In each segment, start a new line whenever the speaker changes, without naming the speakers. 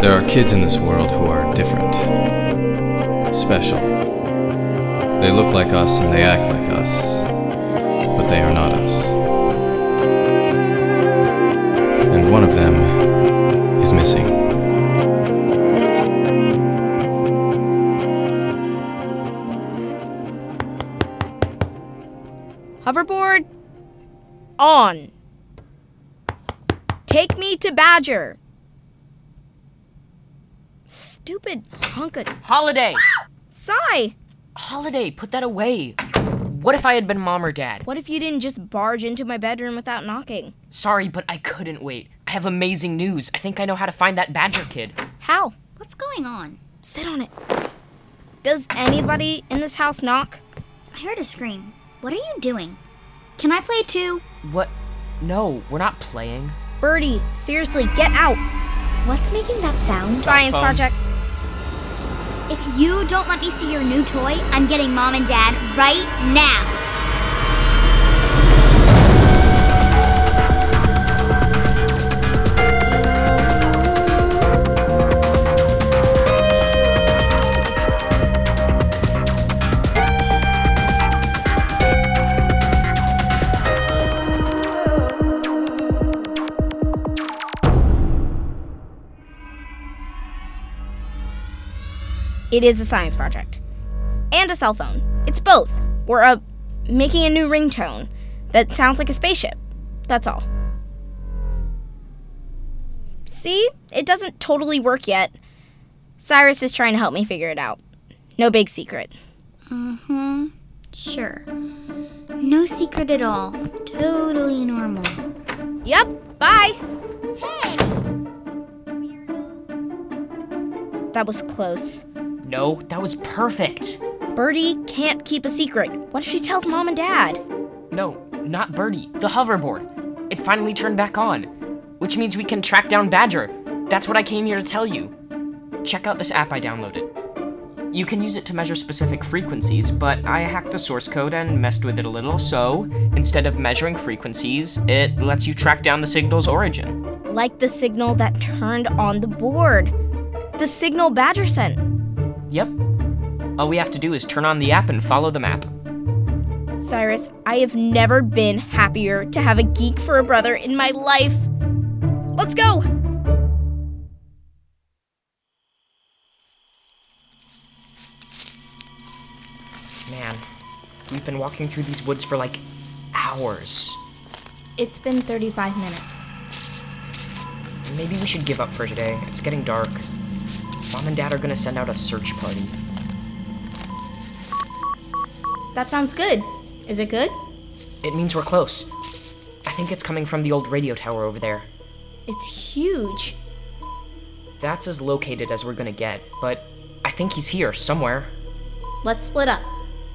there are kids in this world who are different, special. They look like us and they act like us, but they are not us. And one of them is missing.
Hoverboard on. Take me to Badger. Stupid hunk of
Holiday!
sigh.
Holiday, put that away. What if I had been mom or dad?
What if you didn't just barge into my bedroom without knocking?
Sorry, but I couldn't wait. I have amazing news. I think I know how to find that badger kid.
How?
What's going on?
Sit on it. Does anybody in this house knock?
I heard a scream. What are you doing? Can I play too?
What? No, we're not playing.
Birdie, seriously, get out.
What's making that sound?
Science
phone.
project.
If you don't let me see your new toy, I'm getting mom and dad right now.
It is a science project. And a cell phone. It's both. We're uh, making a new ringtone that sounds like a spaceship. That's all. See? It doesn't totally work yet. Cyrus is trying to help me figure it out. No big secret.
Sure. No secret at all. Totally normal.
Yep, bye!
Hey!
That was close.
No, that was perfect.
Birdie can't keep a secret. What if she tells mom and dad?
No, not Birdie. The hoverboard. It finally turned back on, which means we can track down Badger. That's what I came here to tell you. Check out this app I downloaded. You can use it to measure specific frequencies, but I hacked the source code and messed with it a little, so instead of measuring frequencies, it lets you track down the signal's origin.
Like the signal that turned on the board. The signal Badger sent.
Yep. All we have to do is turn on the app and follow the map.
Cyrus, I have never been happier to have a geek for a brother in my life. Let's go!
Man, we've been walking through these woods for like hours.
It's been 35 minutes.
Maybe we should give up for today. It's getting dark. Mom and Dad are gonna send out a search party.
That sounds good. Is it good?
It means we're close. I think it's coming from the old radio tower over there.
It's huge.
That's as located as we're gonna get, but I think he's here somewhere.
Let's split up.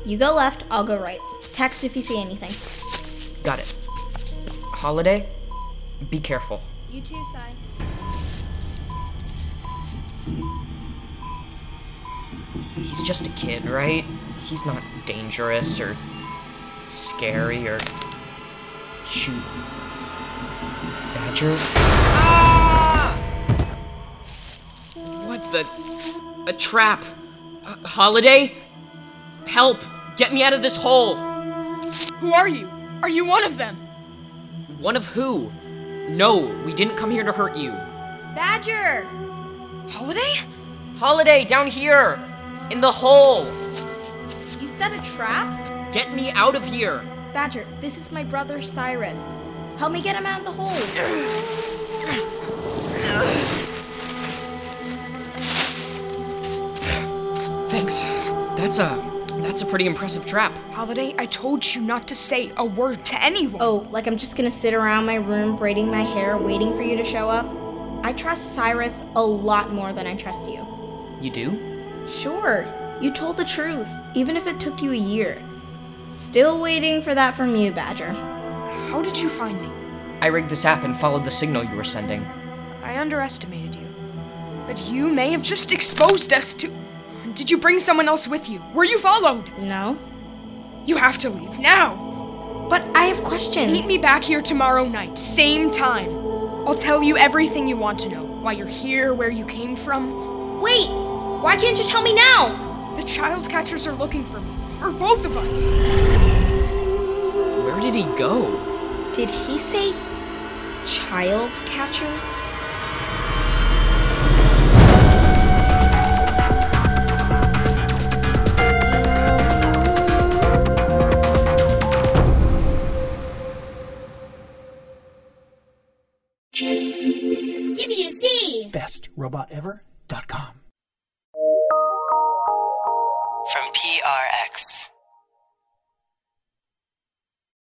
You go left, I'll go right. Text if you see anything.
Got it. Holiday, be careful.
You too, Cy.
He's just a kid, right? He's not dangerous or scary or. Shoot. Badger? Ah! What the? A trap! H- Holiday? Help! Get me out of this hole!
Who are you? Are you one of them?
One of who? No, we didn't come here to hurt you.
Badger!
Holiday?
Holiday, down here! In the hole!
You set a trap?
Get me out of here!
Badger, this is my brother Cyrus. Help me get him out of the hole.
Thanks. That's a. That's a pretty impressive trap.
Holiday, I told you not to say a word to anyone.
Oh, like I'm just gonna sit around my room braiding my hair, waiting for you to show up? I trust Cyrus a lot more than I trust you.
You do?
Sure, you told the truth, even if it took you a year. Still waiting for that from you, Badger.
How did you find me?
I rigged this app and followed the signal you were sending.
I underestimated you. But you may have just exposed us to. Did you bring someone else with you? Were you followed?
No?
You have to leave now.
But I have questions.
Meet me back here tomorrow night, same time. I'll tell you everything you want to know. why you're here, where you came from.
Wait! Why can't you tell me now?
The child catchers are looking for me, for both of us.
Where did he go?
Did he say child catchers?
Give me a C!
bestrobotever.com.